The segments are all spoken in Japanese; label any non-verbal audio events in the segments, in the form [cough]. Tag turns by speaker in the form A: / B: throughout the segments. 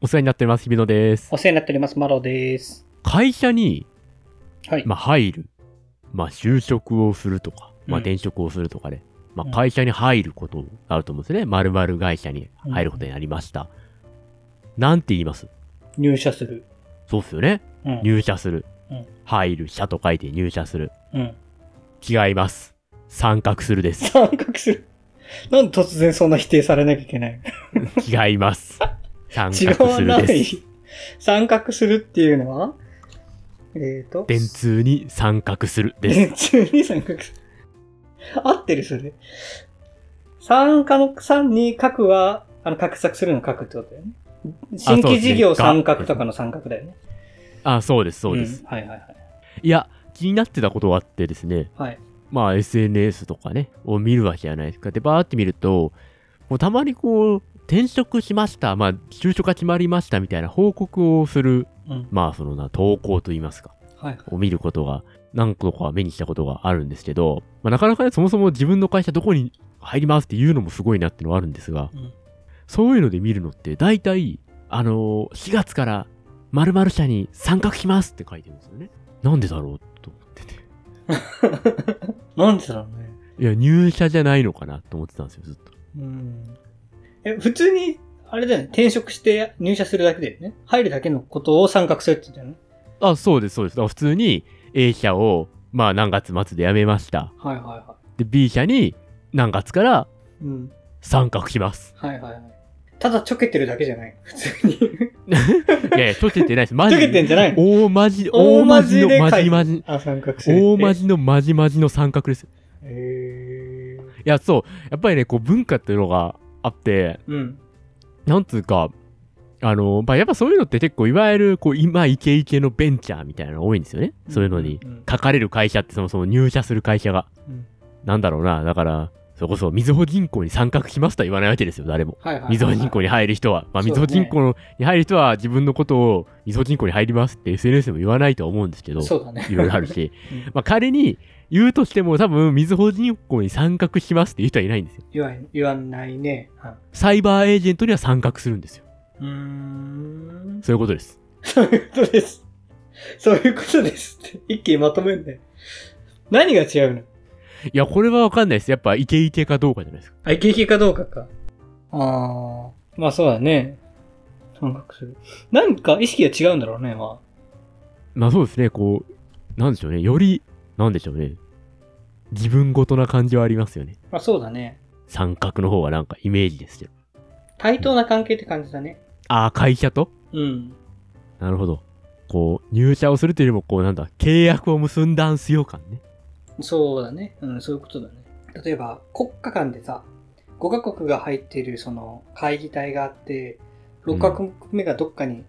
A: お世話になっております、日比野です。
B: お世話になっております、マロです。
A: 会社に、
B: はい。
A: まあ、入る。まあ、就職をするとか、まあ、
B: うん
A: 転職をするとかで、ま
B: うん
A: あ、会社に入ることあると思うんですよね。〇〇会社に入ることになりました。なんて言います
B: 入社する。
A: そうっすよね。
B: うん。
A: 入社する
B: うん。
A: 入る、社と書いて入社する。
B: うん。
A: 違います。参画するで
B: [laughs]
A: す。
B: 参画する。なんで突然そんな否定されなきゃいけない
A: 違います。参
B: 違
A: 画
B: わ
A: す
B: な
A: るで
B: い
A: す。。
B: 参画するっていうのはえーと。
A: 電通に参画する
B: [laughs]
A: です。
B: 電通に参画する。合ってる、それ。参加の3に核は、あの、画策するの核ってことだよね。新規事業参画とかの参画だよね。
A: あ、そうです、そうです。
B: んはいはいはい。
A: いや、気になってたことがあってですね、
B: はい。
A: まあ SNS とかね、を見るわけじゃないですか。で、バーって見ると、もうたまにこう、転職しました、まあ、就職が決まりましたみたいな報告をする、
B: うん。
A: まあ、そのな、投稿といいますか、
B: はい。
A: を見ることが、何個か目にしたことがあるんですけど、まあ、なかなかね、そもそも自分の会社どこに入りますっていうのもすごいなってのはあるんですが、
B: うん [laughs]
A: そういうので見るのって、大体、あのー、4月から〇〇社に参画しますって書いてるんですよね。なんでだろうと思ってて。
B: なんでだろうね。
A: いや、入社じゃないのかなと思ってたんですよ、ずっと。
B: うん。え、普通に、あれだよね。転職して入社するだけだよね。入るだけのことを参画するって言ったよね。
A: あ、そうです、そうです。だから普通に A 社を、まあ何月末で辞めました。
B: はいはいは
A: で、B 社に何月から
B: い。うん。
A: 参画し
B: [laughs]
A: ます。
B: はいはいはい。ただちょけてるだけじゃない。普通に。
A: いやいや、ちょけてないです。マ
B: ち
A: ジ
B: ょけてんじゃないの
A: 大マジ、
B: 大
A: 大
B: マ
A: マ
B: ジ
A: ジ
B: で
A: のマ
B: 書いて
A: ジマジ。
B: あ、参画するって。
A: 大マジのマジマジの参画です。い
B: へー
A: や、そう。やっぱりね、こう文化っていうのがあって、
B: うん。
A: なんつうか、あの、まあ、やっぱそういうのって結構、いわゆる、こう、今、イケイケのベンチャーみたいなのが多いんですよね。そういうのに
B: うんうんうん。
A: 書かれる会社ってそもそも入社する会社が。
B: うん
A: なんだろうな、だから、それこそ、みずほ銀行に参画しますとは言わないわけですよ、誰も。
B: はいはいはい、
A: みずほ銀行に入る人は。まあ、み
B: そうね
A: ずほ銀行に入る人は、自分のことを、みずほ銀行に入りますって SNS でも言わないとは思うんですけど、
B: そうだね。
A: いろいろあるし [laughs]
B: うん。
A: まあ、仮に、言うとしても、多分、みずほ銀行に参画しますっていう人はいないんですよ。
B: 言わん言わないね。は
A: サイバーエージェントには参画するんですよ。
B: いうーん。
A: そういうことです。
B: そういうことです。そういうことですって。一気にまとめんね。何が違うの
A: いや、これはわかんないです。やっぱ、イケイケかどうかじゃないですか。
B: あ、イケイケかどうかか。ああ、まあそうだね。参画する。なんか意識が違うんだろうね、ま
A: まあ、そうですね。こう、なんでしょうね。より、なんでしょうね。自分ごとな感じはありますよね。
B: あ。まあそうだね。
A: 三角の方はなんかイメージですけど。
B: 対等な関係って感じだね。
A: ああ、会社と
B: うん。
A: なるほど。こう、入社をするというよりも、こう、なんだ、契約を結んだんすよ感ね。
B: そうだね。うん、そういうことだね。例えば、国家間でさ、5カ国が入っているその会議体があって、6カ国目がどっかに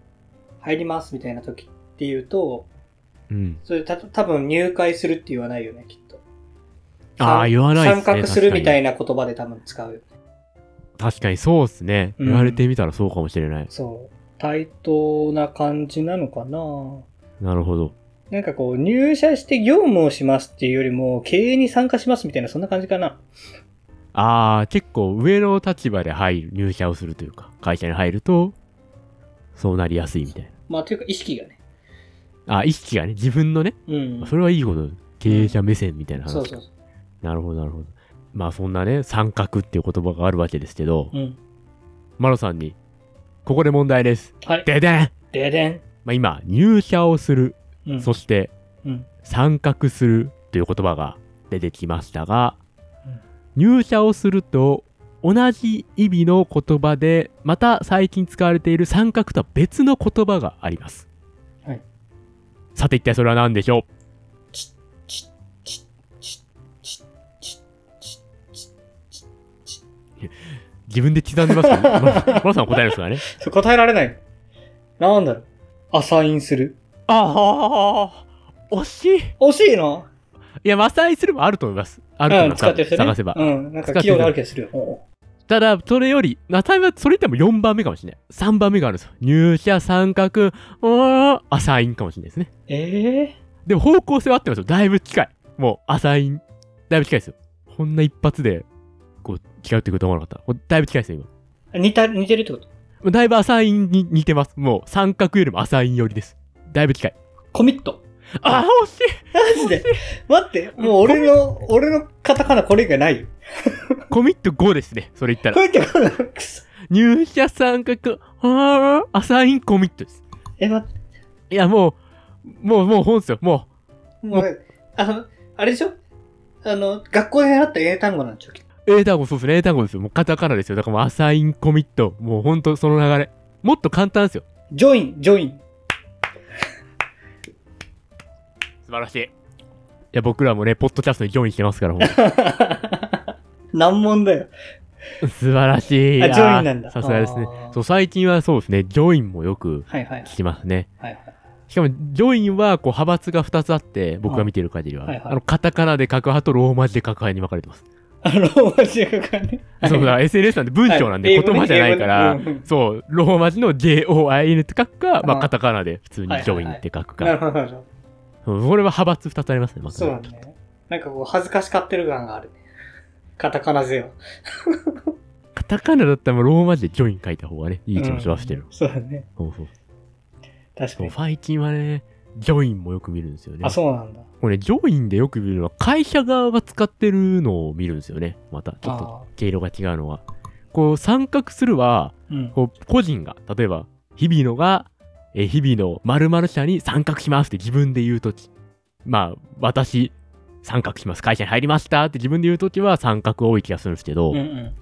B: 入りますみたいな時っていうと、
A: うん。
B: それた多分入会するって言わないよね、きっと。
A: ああ、言わないですね。
B: 参画するみた
A: い
B: いな言葉で多分使うよね。
A: な。確かにそうですね。
B: うん
A: 言われてみたらそうかもしれない。
B: そう。対等な感じなのかな
A: なるほど。
B: なんかこう、入社して業務をしますっていうよりも、経営に参加しますみたいな、そんな感じかな。
A: ああ、結構上の立場で入る、入社をするというか、会社に入ると、そうなりやすいみたいな。
B: まあ、というか意識がね。
A: あ、意識がね、自分のね、
B: うん。
A: それはいいこと、経営者目線みたいな話。
B: そうそうそ
A: なるほど、なるほど。まあそんなね、三角っていう言葉があるわけですけど、
B: う。うん。
A: マロさんに、ここで問題です。
B: はい。
A: ででん
B: ででん。
A: まあ今、入社をする、
B: うん。
A: そして、
B: うん。
A: 参画するという言葉が出てきましたが
B: うん、
A: 入社をすると、同じ意味の言葉で、また最近使われている三角とは別の言葉があります。
B: はい。
A: さて一体それは何でしょう
B: ちちちちちち
A: 自分で刻んでますけど、マ [laughs] マロさんは答えるんですからね。
B: それ答えられない。なんだろう。アサインする。
A: ああ、惜しい。い
B: 惜しいな。
A: や、マサイするもあると思います。あると
B: う
A: 思い
B: ん、
A: ます。
B: 使ってる人ね。
A: 探せば。
B: うん。なんか企業がある気がするよ。おう
A: ただ、それより、なたはそれっても4番目かもしれない。3番目があるんですよ。入社、三角、うーんアサインかもしれないですね。
B: ええ
A: でも方向性は合ってますよ。だいぶ近い。もう、アサイン、だいぶ近いですよ。こんな一発で、こう、違うってことは思わなかった。これだいぶ近いですよ、今。
B: 似た、似てるってこと
A: だいぶ浅いに似てます。もう三角よりも浅い寄りです。だいぶ近い。
B: コミット。
A: ああ、惜しい
B: マジで待って、もう俺の、俺のカタカナこれ以外ないよ。
A: コミット5ですね。それ言った
B: こ [laughs]
A: ら。
B: れってこれ、くそ。
A: 入社三角、ああ、浅いコミットです。
B: え、待って、
A: いや、もう、もう、もう本ですよ。も
B: もう、あの、あれでしょあの、学校で習った英単語なんちゃう
A: う、英単語、そうですね。英単語ですよ。もうカタカナですよ。だからもう、アサインコミット。もう本当その流れ。もっと簡単ですよ。
B: ジョイン、ジョイン。
A: 素晴らしい。いや、僕らもね、ポッドキャストにジョインしてますから、もう
B: [laughs] [laughs] 難問だよ。
A: 素晴らしい。
B: あ、
A: いやー
B: ジョインなんだ。
A: さすがですね。
B: あー
A: そう、最近はそうですね、ジョインもよく
B: はいはい
A: 聞きますね。
B: はいはい。
A: しかも、ジョインは、こう、派閥が2つあって、僕が見てる限りは、
B: はいはい
A: あの、カタカナで書く派とローマ字で書く派に分かれてます。
B: あの、マジかね。
A: そうだか
B: は
A: ら、SNS なんで文
B: い
A: 章なんで、言葉じゃないから、
B: 英語ね英語ねうん
A: そう、ローマ字の JOIN って書くか、ま
B: う
A: あ、
B: ん
A: カタカナで普通にジョインって書く
B: なる
A: か。
B: ほど、なるほど。
A: そうそれは派閥2つありますね、まず
B: そうだね。なんかこう、恥ずかしかってる感があるね。カタカナ勢は。
A: カタカナだったらもうローマ字でジョイン書いた方がね、いい気もしましてる
B: うん。そうだね。
A: そうそう。
B: 確か
A: そう
B: に
A: フ。ァイチンはね、ジョインもよく見るんですよね。
B: あ、そうなんだ。
A: これね、ジョインでよく見るのは、会社側が使ってるのを見るんですよね。また、ちょっと、
B: あ
A: 毛色が違うのは。こう、参画するは、
B: ーうん。
A: こう、個人が、例えば、日々のが、え、日々の〇〇社に参画しますって自分で言うとき。まあ、私、参画します。会社に入りましたって自分で言うときは、参画多い気がするんですけど、
B: うんうん。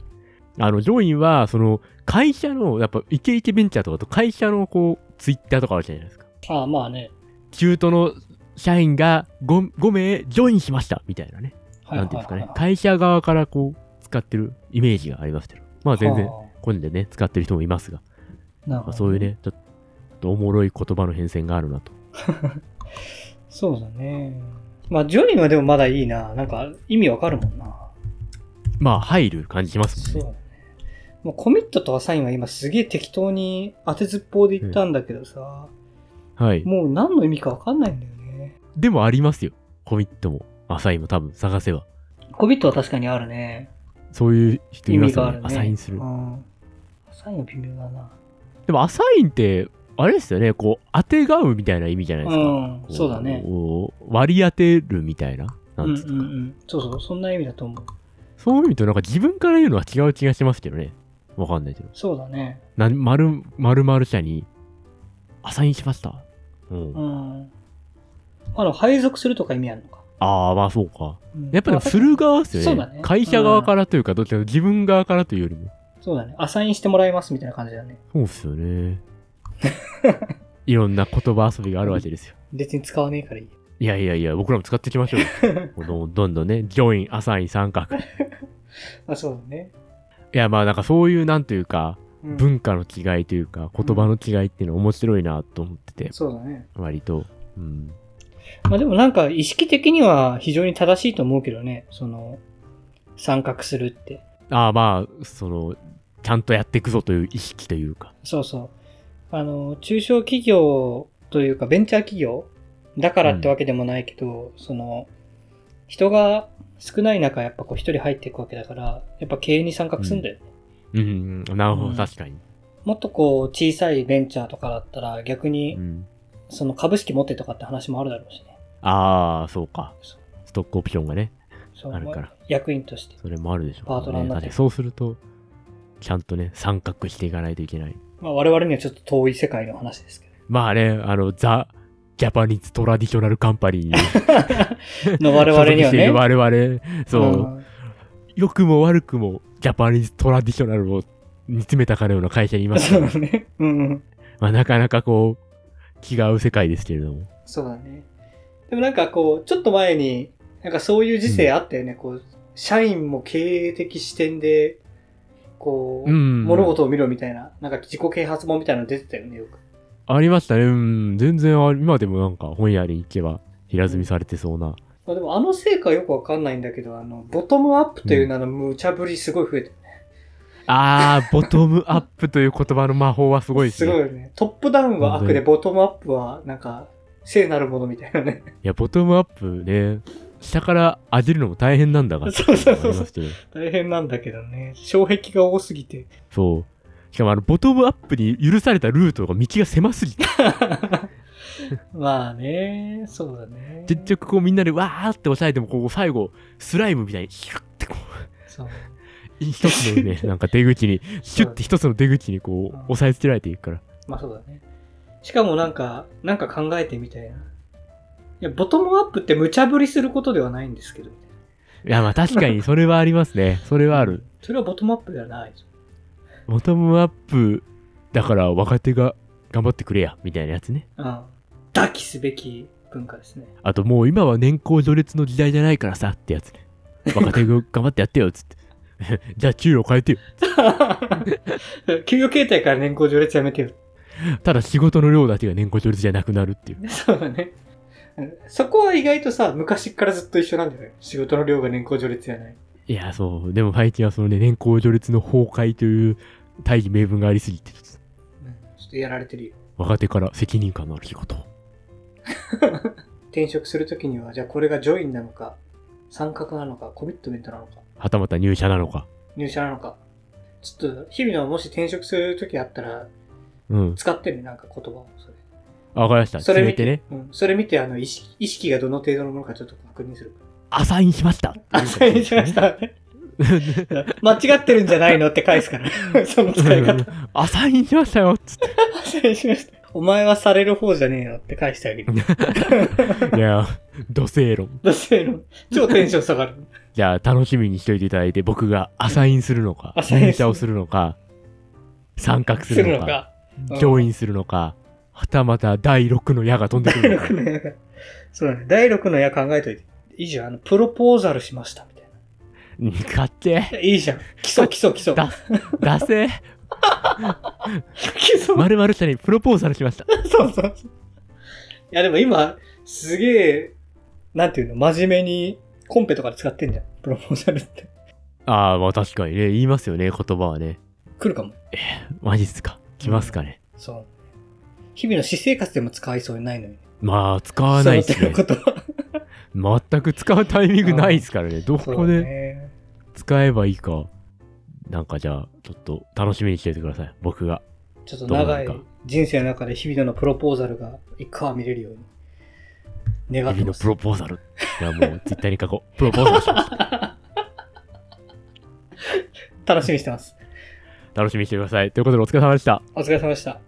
A: あの、ジョインは、その、会社の、やっぱ、イケイケベンチャーとかと、会社の、こう、ツイッターとかあるじゃないですか。
B: あーまあね。
A: 中途の社員が 5, 5名ジョインしましたみたいなね、
B: は
A: なんていうんですかね、
B: は
A: 会社側からこう使ってるイメージがありますけど、まあ全然、
B: は
A: 個人でね、使ってる人もいますが、
B: あな
A: ま
B: るほ
A: あ、
B: ど
A: そういう。ね、ちょっとおもろい言葉の変遷があるなと。
B: そうだね。まあ、ジョインはでもまだいいな。なんか、意味わかるもんな。
A: まあ、入る感じします
B: そ
A: も
B: うん
A: ね。
B: だね。もうコミットとアサインは今すげえ適当に当てずっぽうで言ったんだけどさ、
A: はい。
B: もう何の意味かわかんないんだよね。
A: でもありますよ。コミットも、アサインも多分探せば。
B: コミットは確かにあるね。
A: そういう人
B: 意
A: いま
B: 味
A: す
B: が
A: よ
B: あ
A: ね
B: るね。。
A: アサインする
B: う。んアサインは微妙だな。
A: でもアサインって、あれですよね、こう、当てがうみたいな意味じゃないですか。
B: うん
A: こ、
B: そうだね。
A: こう割り当てるみたいな。
B: う
A: なん
B: んうん
A: つうか
B: うん。そうそう、そんな意味だと思う。
A: そういう意味となんか自分から言うのは違う気がしますけどね。わかんないけど。
B: そうだね。
A: な、まる、まるまる社に、アサインしました。うん。
B: うん。あの、配属するとか意味あるのか。
A: ああ、まあそうか。
B: うん
A: やっぱりする側ですよね。
B: そうだね
A: 会社側からというか、どっちかというと自分側からというよりも。
B: そうだね。アサインしてもらいますみたいな感じだね。
A: そうっすよね。いろんな言葉遊びがあるわけですよ。
B: 別に使わねえからいい。
A: [laughs] いやいやいや、僕らも使っていきましょうよ。
B: [laughs]
A: このどんどんね、ジョイン、アサイン、三角。い
B: あ、そうだね。
A: や、まあなんかそういう、なんというか、
B: うん
A: 文化の違いというか、言葉の違いっていうの面白いなと思ってて、
B: そうだね。
A: 割と。うん。
B: まあでもなんか意識的には非常に正しいと思うけどね。その、参画するって。
A: ああまあそのちゃんとやっていくぞという意識というか
B: そうそう。あの、中小企業というかベンチャー企業だからってわけでもないけど、その、人が少ない中やっぱこう一人入っていくわけだから、やっぱ経営に参画すんだよね。
A: うんなるほど、
B: うん
A: 確かに、
B: もっとこう小さいベンチャーとかだったら逆
A: う
B: に
A: ん、
B: その株式持ってとかって話もあるだろうしね。
A: ああそうか
B: そう
A: ストックオプションがね
B: そう
A: あるから
B: 役員として。
A: それもあるでしょう、ね、
B: パートナーになっ
A: 確か
B: て
A: にそうするとちゃんとね参画していかないといけない
B: まあ我々にはちょっと遠い世界の話ですけ
A: まあねあのザ・ジャパニーズ・トラディショナル・カンパニーに
B: ど。の我々に
A: 所属し
B: は
A: てい
B: ね
A: る。我々そう、
B: ん
A: 良くも悪くもジャパニーズ・トラディショナルを煮詰めたかのような会社にいますか
B: [laughs] そ
A: ら
B: うだね。うんうん。
A: まあ、なかなかこう違う世界ですけれども
B: そうだね。でもなんかこう、ちょっと前に、なんかそういう時世あったよね。こう、社員も経営的視点で、こ
A: う
B: う、
A: ん
B: 物事を見ろみたいな、なんか自己啓発本みたいなの出てたよね、よく。
A: ありましたね。うん。全然あり、今でもなんか本屋に行けば平積みされてそうな。
B: まあ、でもあの成果はよくわかんないんだけど、あの、ボトムアップという名の無茶ぶりすごい増えてる、
A: あー、ボトムアップという言葉の魔法はすごいです
B: す
A: ね。
B: ごい
A: い
B: よね。トップダウンは
A: 本
B: 悪
A: 当
B: で、
A: に
B: ボトムアップはなんか、聖なるものみたいなね。
A: や、ボトムアップね、下から上げるのも大
B: [laughs]
A: 変なんだが。
B: そうそうそうそう
A: ありましたよ
B: 大変なんだけどね。障壁が多すぎて。
A: そう。しかもあのボトムアップに許されたルートが道が狭すぎ
B: [laughs]
A: て
B: まあね、そうだね。
A: 結局こうみんなでわーって押さえてもこう最後スライムみたいにヒュッてこう
B: そう
A: 一つ
B: [laughs]
A: のねなんか出口にシュッて一つの出口にこう
B: うん
A: 押さえつけられていくから
B: まあそうだね。しかもなんか、なんか考えてみたいな。いや、ボトムアップって無茶ぶりすることではないんですけど。
A: いやまあ確かにそれはありますねそれはある。
B: それはボトムアップではない。
A: ボトムアップだから若手が頑張ってくれやみたいなやつね
B: うん。抱きすべき文化ですね。 [laughs]
A: あともう今は年功序列の時代じゃないからさってやつ
B: [laughs]
A: ね若手が頑張ってやってよっつって [laughs] じゃあ給料変えてよ
B: 給与形態から年功序列やめてよ。
A: ただ仕事の量だけが年功序列じゃなくなるっていう
B: そうだね。うんそこは意外とさ、昔からずっと一緒なんだよね。仕事の量が年功序列じゃない。
A: いや、そう。でも最近はそのね、年功序列の崩壊という大義名分がありすぎて、ちょっ
B: うんちょっとやられてるよ。
A: と若手から責任感のある仕事を。
B: 転職するときには、じゃあこれがジョインなのか、参画なのか、コミットメントなのか、
A: はたまた入社なのか。
B: 入社なのか。ちょっと、日々のもし転職するときあったら、
A: うん。
B: 使ってね、なんか言葉を。それ
A: あわかりました。
B: それ
A: 決め
B: 見
A: てね。
B: うん、それ見て、あの意識、意識がどの程度のものかちょっと確認する。
A: アサインしました。
B: あ、そうにしまし。た。
A: [laughs]
B: 間違ってるんじゃないのって返すから。その使い方。
A: アサインしましたよっつっ
B: 失礼しました。お前はされる方じゃねえよって返してあげ
A: [laughs]
B: る。 [laughs]
A: て。いや、土星論。
B: どうせの超テンション下がる。
A: じゃあ、楽しみにしといていただいて、僕がアサインするのか、
B: アサインする
A: 入社をするのか、参画す
B: する
A: るのか、
B: のか。
A: 教員するのか、はたまた第6の矢が飛んで
B: 第
A: くるのか [laughs]
B: 6。の矢が。そうだね。第6の矢考えといて。いいじゃん。あの、プロポーザルしました。みたい
A: うんかっけえ。
B: な。いいじゃん。基礎、基礎、基礎。
A: だ、だせ
B: 基礎。
A: まるまるさんにプロポーザルしました。
B: そうそうそう。いや、でも今、すげえ、なんていうの、真面目に、コンペとかで使ってんじゃん。プロポーザルって。
A: ああ、まあ確かにね、言いますよね、言葉はね。
B: 来るかも。
A: マジっすか。来ますかね。
B: そう。日々の私生活でも使いそうにないのに。
A: まあ、使わないっす
B: その
A: ね
B: 手。のことは。
A: 全く使うタイミングないっすからね。ど
B: そう
A: こ
B: だ
A: で
B: ね。
A: 使えばいいか。なんかじゃあ、ちょっと楽しみにしておいてください。僕が。
B: ちょっと長い
A: どうなるか
B: 人生の中で日々のプロポーザルが一回は見れるように。願っ
A: 日々
B: てま
A: の
B: す
A: プロポーザル。いや、もう、ツイッターに書こう。プロポーザルしました。
B: 楽しみにしてます。
A: 楽しみにしてください。ということで、お疲れ様でした。
B: お疲れ様でした。